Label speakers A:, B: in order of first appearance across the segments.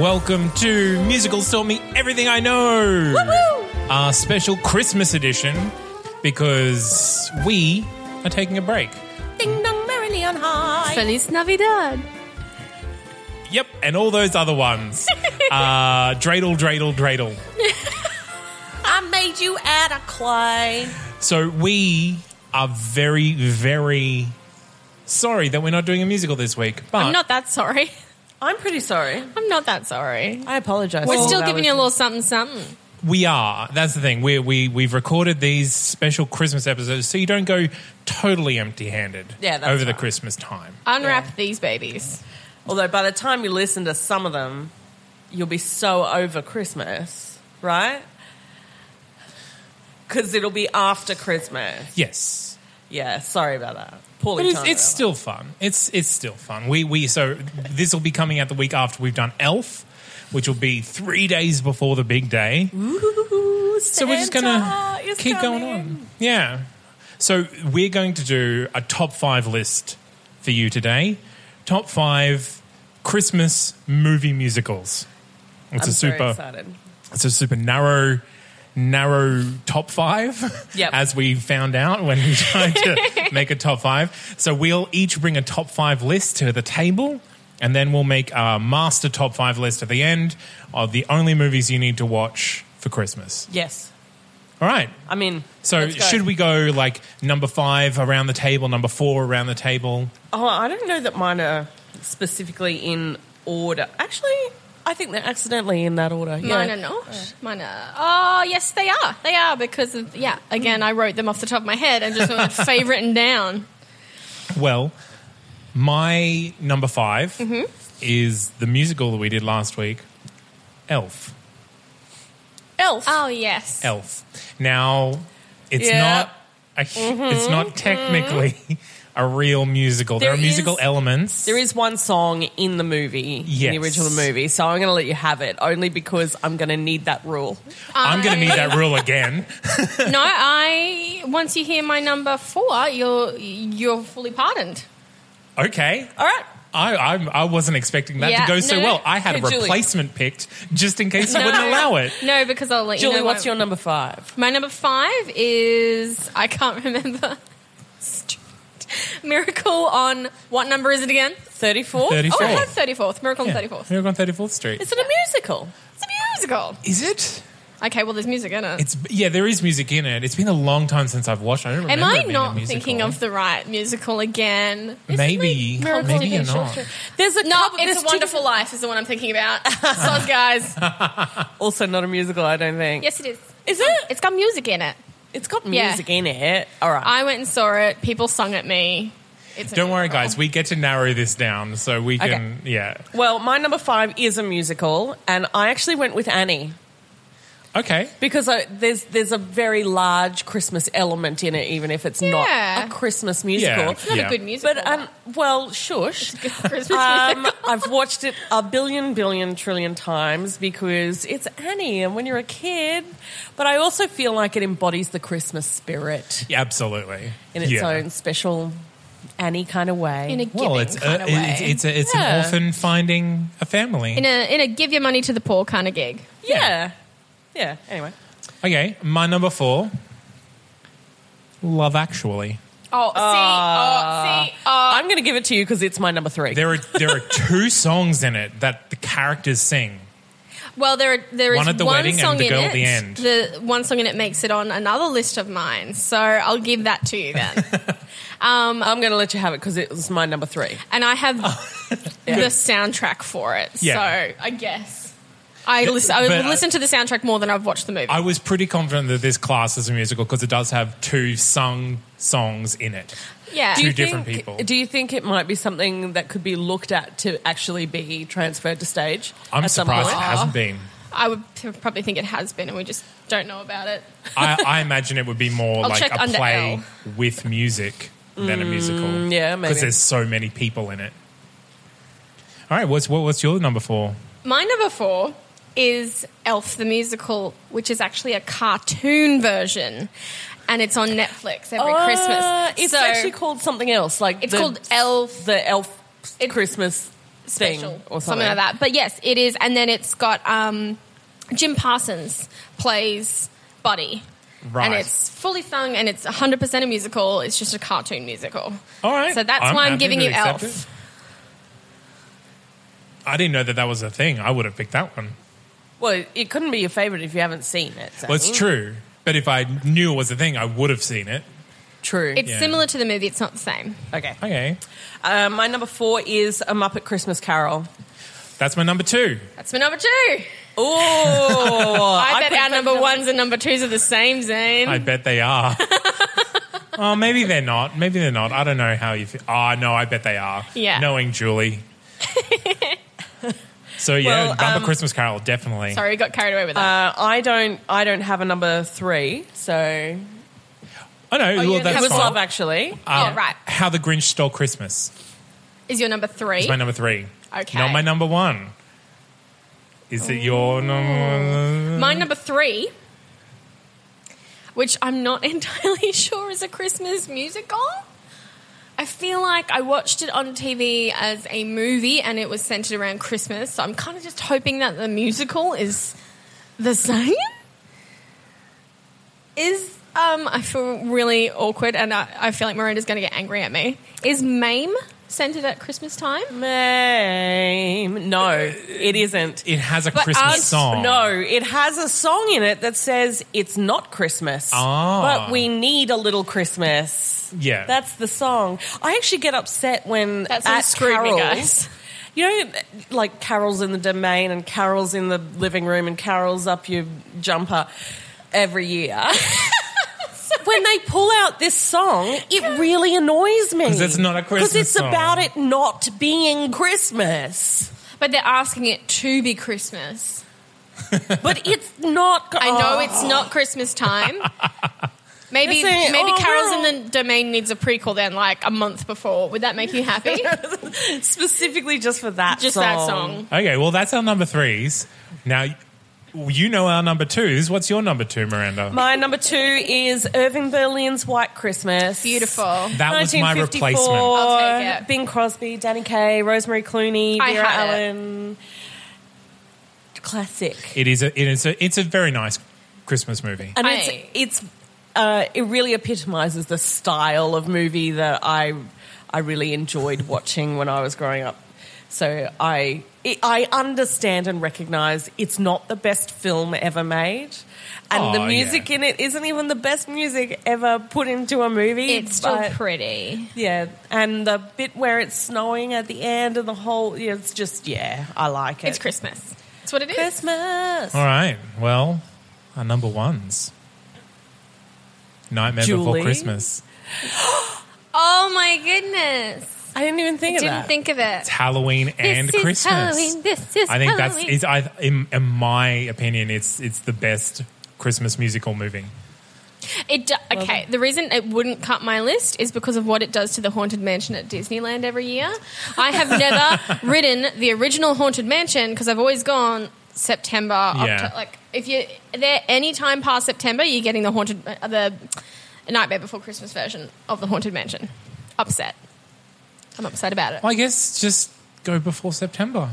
A: Welcome to Musicals Taught Me Everything I Know, our special Christmas edition, because we are taking a break.
B: Ding dong merrily on high.
C: Feliz Navidad.
A: Yep, and all those other ones. uh, dreidel, dreidel, dreidel.
B: I made you out of clay.
A: So we are very, very sorry that we're not doing a musical this week. But
C: I'm not that sorry.
B: I'm pretty sorry.
C: I'm not that sorry.
B: I apologize.
C: We're still giving you a little something something.
A: we are. That's the thing. We we we've recorded these special Christmas episodes, so you don't go totally empty-handed
B: Yeah, that's
A: over the
B: right.
A: Christmas time.
C: Unwrap these babies.
B: Although by the time you listen to some of them, you'll be so over Christmas, right? Because it'll be after Christmas.
A: Yes.
B: Yeah, sorry about that. Poorly
A: But it's,
B: timed
A: it's
B: that
A: still fun. It's it's still fun. We we so this will be coming out the week after we've done Elf, which will be three days before the big day.
B: one. Ooh,
A: so we're just gonna
B: Santa is
A: keep going
B: coming.
A: on. Yeah. So we're going to do a top five list for you today. Top five Christmas movie musicals. It's
B: I'm
A: a
B: so
A: super
B: excited.
A: it's a super narrow narrow top five
B: Yep.
A: as we found out when we tried to make a top five so we'll each bring a top five list to the table and then we'll make a master top five list at the end of the only movies you need to watch for christmas
B: Yes.
A: all right
B: I mean,
A: so
B: let's go.
A: should we go like number five around the table number four around the table
B: Oh, I don't know that mine are specifically in order. Actually, I think they're accidentally in that order. Yeah.
C: Mine are not. Mine are. Oh, yes, they are. They are because of, yeah, again, I wrote them off the top of my head and just went favorite and down.
A: Well, my number 5
B: Mm-hmm.
A: is the musical that we did last week, Elf.
B: Elf.
C: Oh, yes.
A: Elf. Now, it's
B: Yeah.
A: not a,
C: Mm-hmm.
A: it's not technically a real musical. There,
B: There
A: are musical
B: is-
A: elements.
B: There is one song in the movie, in
A: Yes.
B: the original movie, so I'm going to let you have it only because I'm going to need that rule.
A: I'm going to need that rule again.
C: No, I, once you hear my number four, you're, you're fully pardoned.
A: Okay.
B: All right.
A: I, I'm, I wasn't expecting that
C: Yeah,
A: to go so
C: no, no.
A: well. I had a
B: Hey, Julie.
A: replacement picked just in case you
C: No.
A: wouldn't allow it.
C: No, because I'll let
B: Julie,
C: you know.
B: what's
C: my-
B: your number five?
C: My number five is I can't remember. Stupid. Miracle on what number is it again?
B: 34?
C: Oh,
A: 34.
C: I had thirty fourth. Miracle
A: Yeah.
C: on thirty fourth.
A: Miracle on 34th Street.
B: Is it a musical?
C: It's a musical.
A: is it?
C: Okay, well, there's music in it.
A: It's yeah, there is music in it. It's been a long time since I've watched. it. I don't
C: Am
A: remember. it
C: I
A: being a
C: not
A: musical.
C: thinking of the right musical again?
A: maybe?
C: Miracle
A: maybe
C: on
A: you're
C: Short
A: not.
C: Street?
B: There's a
C: No,
B: couple- there's
C: it's a
B: two
C: Wonderful Life is the one I'm thinking about. Soz guys.
B: different- Also, not a musical, I don't think.
C: Yes, it is.
B: Is it?
C: It's got music in it.
B: It's got
C: Yeah.
B: music in it. All right.
C: I went and saw it. People sung at me. It's a
A: Don't worry,
C: musical.
A: guys. We get to narrow this down, so we can. Yeah.
B: well, my number five is a musical, and I actually went with Annie.
A: Okay.
B: Because I, there's there's a very large Christmas element in it, even if it's
C: Yeah.
B: not a Christmas musical.
A: Yeah.
C: It's not
A: Yeah.
C: a good musical.
B: But um, well, shush.
C: though. Christmas
B: Um,
C: musical.
B: I've watched it a billion, billion, trillion times because it's Annie, and when you're a kid, but I also feel like it embodies the Christmas spirit
A: Yeah, absolutely.
B: in its
A: Yeah.
B: own special Annie kind of way.
C: in a giving
A: Well, it's
C: kind
A: a,
C: of way.
A: it's it's, a, it's
B: Yeah.
A: an orphan finding a family.
C: in a in a give your money to the poor kind of gig.
B: yeah. yeah, Anyway,
A: okay, my number four Love Actually.
C: Oh, see,
A: Ah.
C: oh, see, oh.
B: I'm going to give it to you because it's my number three.
A: There are there are two songs in it that the characters sing.
C: Well, there are, there is
A: One
C: one,
A: at the wedding and
C: song
A: the
C: in
A: girl
C: it.
A: at the end.
C: The one song in it makes it on another list of mine, so I'll give that to you then.
B: I'm going to let you have it because it was my number three.
C: and I have the soundtrack for it,
A: Oh. Yeah.
C: so I guess I listen. I would
A: but I-
C: listen to the soundtrack more than I've watched the movie.
A: I was pretty confident that this class is a musical because it does have two sung songs in it.
C: yeah,
A: Do
B: Do you
A: different
B: think-
A: people.
B: Do you think it might be something that could be looked at to actually be transferred to stage?
A: I'm
B: at some
A: surprised it
B: point?
A: hasn't been.
C: I would probably think it has been, and we just don't know about it.
A: I, I imagine it would be more
C: I'll
A: like
C: check
A: a
C: under
A: play
C: L. Mm,
A: with music than a musical.
B: yeah, maybe.
A: Because there's so many people in it. All right, what's what, what's your number four?
C: My number four is Elf the Musical, which is actually a cartoon version. And it's on Netflix Oh, every
B: Uh,
C: Christmas.
B: It's
C: So-
B: actually called something else. Like
C: It's
B: the-
C: called Elf
B: the Elf Christmas thing
C: special
B: or something.
C: like that. But yes, it is. And then it's got um, Jim Parsons plays Buddy.
A: Right.
C: And it's fully sung and it's 100% a musical. It's just a cartoon musical.
A: All right.
C: So that's why I'm
A: happy
C: giving
A: to
C: you
A: accept
C: Elf.
A: it. I didn't know that that was a thing. I would have picked that one.
B: Well, it couldn't be your favorite if you haven't seen it.
A: Well, it's
B: Sammy.
A: true. But if I knew it was a thing, I would have seen it.
B: True.
C: It's
A: Yeah.
C: similar to the movie, it's not the same.
B: okay.
A: Okay.
B: Um, my number four is A Muppet Christmas Carol.
A: That's my number two.
C: That's my number two.
B: Ooh, I,
C: I, bet
B: put
C: our number ones and number twos are the same, Zane.
A: I bet they are. oh, maybe they're not. Maybe they're not. I don't know how you feel. Oh, no, I bet they are.
C: Yeah.
A: Knowing Julie. so, yeah,
B: Well,
A: Bumper Christmas Carol, definitely.
C: um, Sorry, we got carried away with that.
B: Uh, I don't. I don't have a number three, so
A: Oh, no, well,
C: yeah,
A: that's
B: it was
A: fine.
B: Love Actually.
A: Um,
C: oh, right.
A: How the Grinch Stole Christmas
C: Is your number three?
A: is my number three.
C: Okay.
A: Not my number one. Is it your number?
C: My number three, which I'm not entirely sure is a Christmas musical. I feel like I watched it on TV as a movie and it was centered around Christmas, so I'm kind of just hoping that the musical is the same. Is um, I feel really awkward and I, I feel like Miranda's going to get angry at me. Is Mame centered at Christmas time?
B: Mame. No, it isn't.
A: It has a
C: But
A: Christmas song.
C: aren't-
B: No, it has a song in it that says it's not Christmas,
A: Ah.
B: but we need a little Christmas.
A: Yeah.
B: That's the song. I actually get upset when
C: That's
B: at
C: screwed me,
B: carols-
C: guys.
B: You know, like carols in the domain and carols in the living room and carols up your jumper every year. when they pull out this song, it really annoys me.
A: 'Cause it's not a Christmas
B: Because it's
A: song.
B: about it not being Christmas.
C: But they're asking it to be Christmas.
B: But it's not. Oh,
C: I know it's not Christmas time. Maybe
B: That's it.
C: maybe
B: Oh,
C: Carols
B: wow.
C: in the Domain needs a prequel then, like a month before. Would that make you happy?
B: specifically just for that.
C: Just
B: song.
C: that song.
A: Okay, well, that's our number threes. Now, you know our number twos. What's your number two, Miranda?
B: My number two is Irving Berlin's White Christmas.
C: Beautiful.
A: that was my
B: 1954.
A: replacement.
C: I'll take it.
B: Bing Crosby, Danny Kaye, Rosemary Clooney,
C: I
B: Vera
C: had it.
B: Allen. Classic.
A: It is a it is a it's a very nice Christmas movie.
B: And
C: Aye.
B: it's it's uh, it really epitomizes the style of movie that I I really enjoyed watching when I was growing up. So I it, I understand and recognize it's not the best film ever made, and
A: Oh,
B: the music
A: yeah.
B: in it isn't even the best music ever put into a movie.
C: It's still
B: but-
C: pretty.
B: yeah, and the bit where it's snowing at the end and the whole yeah, it's just yeah, I like it.
C: It's Christmas. That's what it is.
B: Christmas.
A: All right. Well, our number ones. Nightmare Before
B: Julie?
A: Christmas.
C: Oh my goodness!
B: I didn't even think
C: I
B: of
C: didn't
B: that.
C: think of it.
A: It's Halloween and
C: this
A: Christmas.
C: Is Halloween. This is
A: I think that's
C: Halloween.
A: is I in, in my opinion it's it's the best Christmas musical movie.
C: It do- okay. The reason it wouldn't cut my list is because of what it does to the haunted mansion at Disneyland every year. I have never ridden the original haunted mansion because I've always gone September.
A: Yeah.
C: Octo- like if you're there any time past September, you're getting the haunted uh, the Nightmare Before Christmas version of the haunted mansion. Upset. I'm upset about it.
A: Well, I guess just go before September.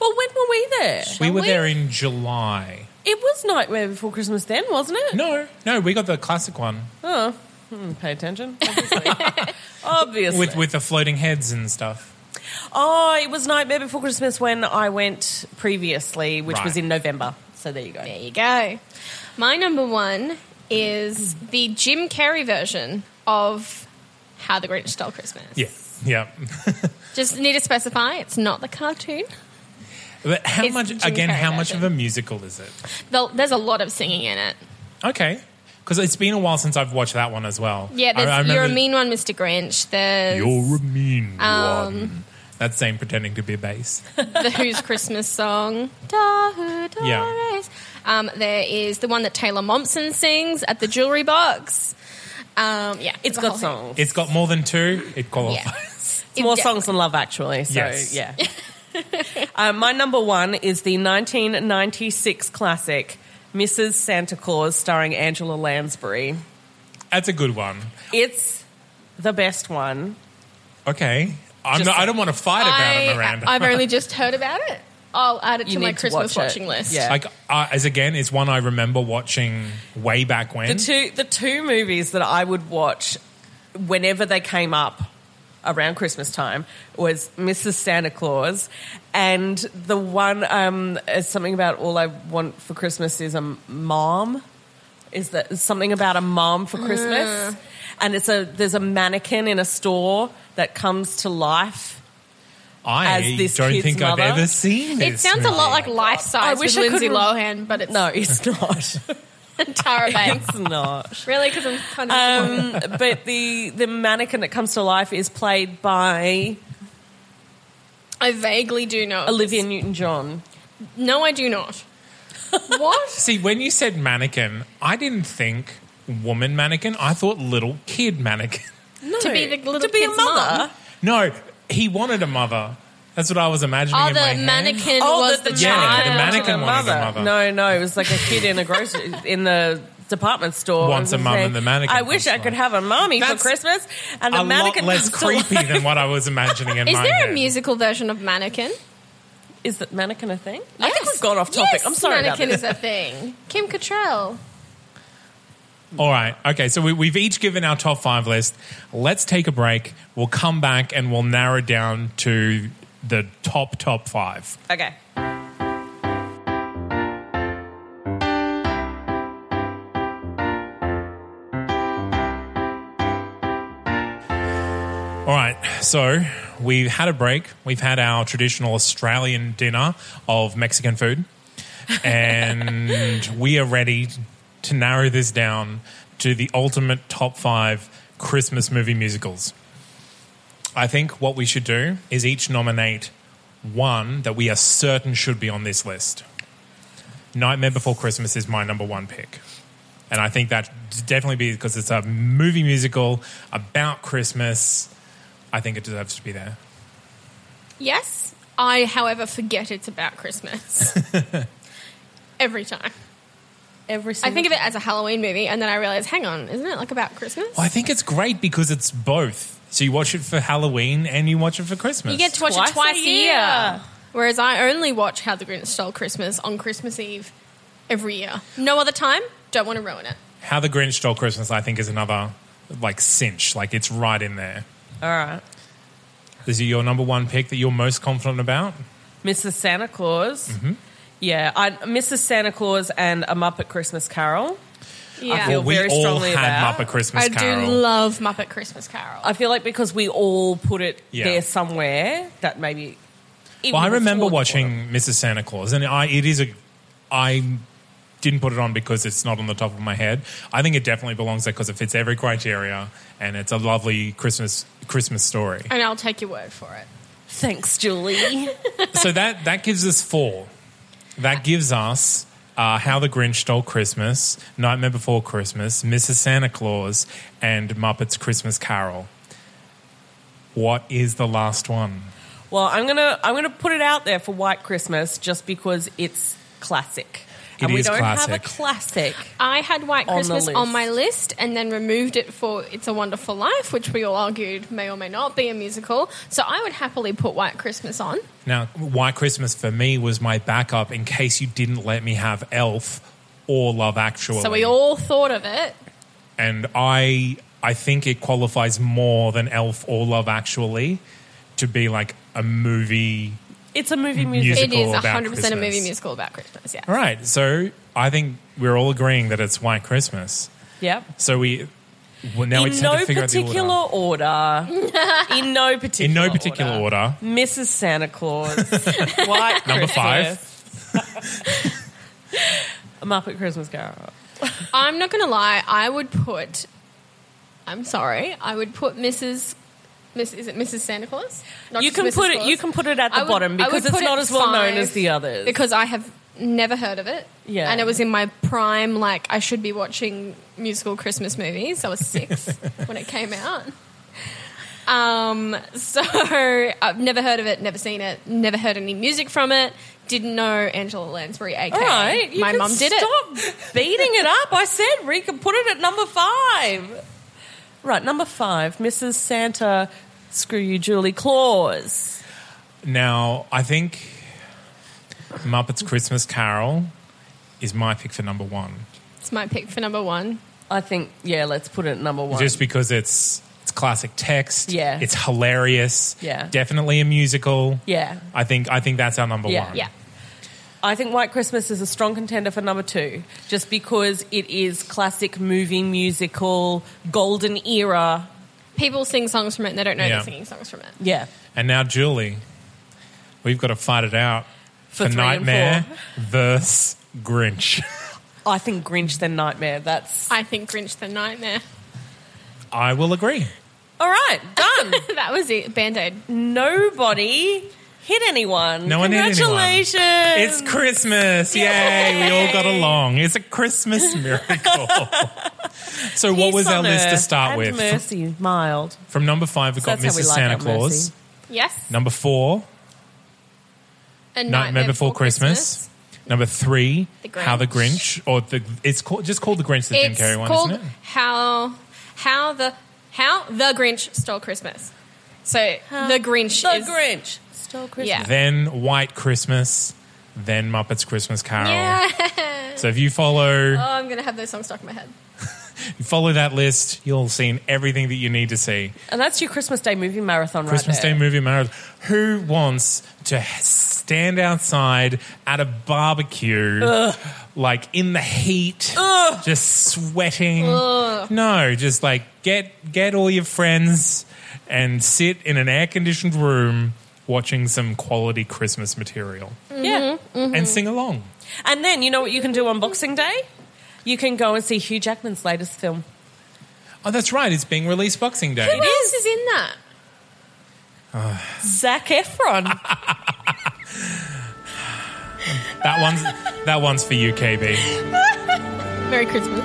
B: well, when were we there?
A: we were
C: we?
A: there in July.
B: It was Nightmare Before Christmas then, wasn't it?
A: No, no, we got the classic one.
B: Oh. Pay attention. Obviously. Obviously.
A: with with the floating heads and stuff.
B: oh, it was Nightmare Before Christmas when I went previously, which
A: Right.
B: was in November. So there you go.
C: There you go. My number one is the Jim Carrey version of How the Grinch Stole Christmas.
A: Yeah, yeah.
C: Just need to specify it's not the cartoon.
A: But how
C: It's
A: much
C: Jim
A: again?
C: Carrey
A: How much of
C: version.
A: a musical is it?
C: Though There's a lot of singing in it.
A: Okay, because it's been a while since I've watched that one as well.
C: Yeah, there's
A: I- I
C: You're a
A: remember-
C: Mean One, Mr. Grinch. There's
A: You're a mean
C: Um,
A: one. That's Zane pretending to be a bass.
C: the Who's Christmas song. Da who da
A: Yeah.
C: res. Um, there is the one that Taylor Momsen sings at the jewelry box. Um, yeah,
B: It's
C: the
B: got
C: whole-
B: songs. It's,
A: It's got more than two. It qualifies.
C: Yeah.
B: more
C: yeah.
B: songs than love, actually. So
A: Yes.
B: yeah. um, my number one is the 1996 classic Mrs. Santa Claus, starring Angela Lansbury.
A: That's a good one.
B: It's the best one.
A: Okay. I'm
B: Just
A: not, I don't want to fight about it,
C: I,
A: Miranda.
C: I've only just heard about it. I'll add it
B: You
C: to my
B: need to
C: Christmas
B: watch it.
C: watching list.
B: Yeah.
A: like uh, as again, it's one I remember watching way back when.
B: The two the two movies that I would watch whenever they came up around Christmas time was Mrs. Santa Claus and the one um is something about all I want for Christmas is a mom. Is that something about a mom for Christmas? And it's a there's a mannequin in a store that comes to life.
A: I
B: as this
A: don't
B: kid's
A: think
B: mother.
A: I've ever seen
C: It
A: this.
C: sounds a lot
A: movie.
C: like life
B: I
C: size
B: wish
C: with
B: I
C: Lindsay
B: could
C: Lohan, but it's
B: No, it's not.
C: Tara Banks.
B: it's not.
C: really, because I'm kind of
B: Um, but the the mannequin that comes to life is played by
C: I vaguely do know
B: Olivia Newton John.
C: No, I do not. what?
A: See, when you said mannequin, I didn't think woman mannequin. I thought little kid mannequin.
C: To be the little
B: to be
C: kid's
B: a mother.
C: mum.
A: No, he wanted a mother. That's what I was imagining.
C: Oh,
A: in
C: the
A: my head.
C: mannequin
B: Oh,
C: was
B: the-
C: the,
B: the
A: Yeah,
C: child.
A: the mannequin wanted a mother.
B: No, no, it was like a kid in a grocery in the department store
A: Wants a
B: It was
A: mum
B: like,
A: and the mannequin
B: I wish
A: comes
B: I could
A: along."
B: have a mommy for
A: That's
B: Christmas, and
A: A
B: the
A: lot
B: mannequin
A: less
B: comes to life.
A: creepy than what I was imagining in
C: Is
A: my
C: there
A: head.
C: a musical version of Mannequin?
B: Is the mannequin a thing? I think we've gone off topic.
C: Yes,
B: I'm sorry
C: Mannequin
B: about
C: is a thing. Kim Cattrall.
A: All right. Okay. So we, we've each given our top five list. Let's take a break. We'll come back and we'll narrow down to the top, top five.
B: that. Okay.
A: All right. So we've had a break. We've had our traditional Australian dinner of Mexican food. And we are ready to narrow this down to the ultimate top five Christmas movie musicals. I think what we should do is each nominate one that we are certain should be on this list. Nightmare Before Christmas is my number one pick. And I think that definitely be because it's a movie musical about Christmas. I think it deserves to be there.
C: Yes. I, however, forget it's about Christmas. Every time.
B: Every
C: I think of it as a Halloween movie, and then I realize, hang on, isn't it like about Christmas?
A: Well, I think it's great because it's both. So you watch it for Halloween and you watch it for Christmas.
C: You get to watch
B: Twice
C: it twice
B: a
C: a
B: year.
C: year. Whereas I only watch How the Grinch Stole Christmas on Christmas Eve every year. No other time. Don't want to ruin it.
A: How the Grinch Stole Christmas, I think, is another like cinch. Like it's right in there.
B: All right,
A: Is it your number one pick that you're most confident about?
B: Mrs. Santa Claus.
A: Mm-hmm.
B: Yeah, I, Mrs. Santa Claus and a Muppet Christmas Carol.
C: Yeah.
B: feel
A: Well, we
B: very
A: all
B: strongly
A: had
B: about-
A: Muppet Christmas
C: I
A: Carol.
C: do love Muppet Christmas Carol.
B: I feel like because we all put it
A: Yeah.
B: there somewhere, that maybe. even
A: Well, I
B: if it's
A: remember
B: all-
A: watching Mrs. Santa Claus, and I it is a I didn't put it on because it's not on the top of my head. I think it definitely belongs there because it fits every criteria, and it's a lovely Christmas Christmas story.
C: and I'll take your word for it.
B: Thanks, Julie.
A: so that that gives us four. That gives us. Uh, How the Grinch Stole Christmas, Nightmare Before Christmas, Mrs. Santa Claus, and Muppets Christmas Carol. What is the last one?
B: Well, I'm gonna I'm gonna put it out there for White Christmas just because it's classic,
A: It
B: and we
A: is
B: don't have a
A: classic.
B: classic.
C: I had White
B: On the
C: Christmas
B: list.
C: on my list and then removed it for It's a Wonderful Life, which we all argued may or may not be a musical. So I would happily put White Christmas on.
A: Now, White Christmas for me was my backup in case you didn't let me have Elf or Love Actually.
C: So we all thought of it.
A: and I I think it qualifies more than Elf or Love Actually to be like a movie.
B: It's a movie
A: Music.
B: musical.
C: It is
A: about
C: 100% a
A: Christmas.
C: movie musical about Christmas. Yeah.
A: All right, so I think we're all agreeing that it's White Christmas.
B: Yep.
A: So we well, now we
B: in
A: just
B: no
A: have to figure out the
B: particular
A: order.
B: order. in no particular.
A: In no particular order.
B: Mrs. Santa Claus. White
A: Number
B: Christmas,
A: five.
B: Muppet Christmas Carol.
C: I'm not going to lie. I would put. I'm sorry. I would put Mrs. Miss, is it Mrs. Santa Claus? Not
B: you
C: just
B: can
C: Mrs.
B: put it.
C: Claus.
B: You can put it at the
C: I would-
B: bottom
C: I would
B: because it's
C: put
B: not
C: it
B: as well known
C: five
B: as the others.
C: Because I have never heard of it.
B: Yeah.
C: And it was in my prime, like, I should be watching musical Christmas movies. I was six when it came out. Um, so I've never heard of it, never seen it, never heard any music from it. Didn't know Angela Lansbury, aka
B: all right, you
C: my
B: can
C: mum did it.
B: stop beating it up. I said Rika, put it at number five. Right, number five, Mrs. Santa, screw you, Julie Claus.
A: Now, I think Muppets Christmas Carol is my pick for number one,
C: It's my pick for number one.
B: I think, yeah, let's put it at number one.
A: just because it's it's classic text.
B: Yeah.
A: it's hilarious.
B: Yeah.
A: definitely a musical.
B: yeah,
A: I think I think that's our number
B: Yeah.
A: one.
C: Yeah.
B: I think White Christmas is a strong contender for number two, just because it is classic movie musical, golden era.
C: People sing songs from it and they don't know
A: Yeah.
C: they're singing songs from it.
B: Yeah,
A: And now Julie, we've got to fight it out
B: For three and
A: Nightmare versus Grinch.
B: I think Grinch then Nightmare. That's
C: I think Grinch the Nightmare.
A: I will agree.
B: all right. Done.
C: that was it. Band Aid.
B: Nobody hit anyone.
A: No one hit anyone.
B: Congratulations.
A: It's Christmas. Yay. We all got along. It's a Christmas miracle. so, what
B: Peace
A: was our
B: on
A: list to
B: earth
A: start
B: and
A: with?
B: Mercy, mild.
A: From number five, we've
B: So
A: got
B: that's how we
A: Mrs.
B: like
A: Santa
B: our
A: Claus.
B: mercy.
C: Yes.
A: Number four,
C: A
A: Nightmare Before Christmas. Number three,
C: The Grinch.
A: How the Grinch, or the it's called, just called the Grinch, the Jim
C: It's
A: Carrey one,
C: called
A: isn't it?
C: How How the How the Grinch Stole Christmas. So the Grinch
B: The
C: is
B: Grinch stole Christmas.
C: Yeah.
A: Then White Christmas, then Muppets Christmas Carol.
C: Yeah.
A: So if you follow
C: Oh, I'm gonna have those songs stuck in my head.
A: you follow that list, you'll have seen everything that you need to see.
B: And that's your Christmas Day movie marathon,
A: Christmas
B: right?
A: Day
B: there.
A: movie marathon. Who wants to h- stand outside at a barbecue, like in the heat, just sweating? No, just like get get all your friends and sit in an air conditioned room watching some quality Christmas material
B: Yeah.
C: Mm-hmm.
A: and sing along.
B: And then you know what you can do on Boxing Day? You can go and see Hugh Jackman's latest film.
A: Oh, that's right. It's being released Boxing Day.
C: Who else is in that?
B: Zac Efron.
A: That one's that one's for you, KB.
C: Merry Christmas.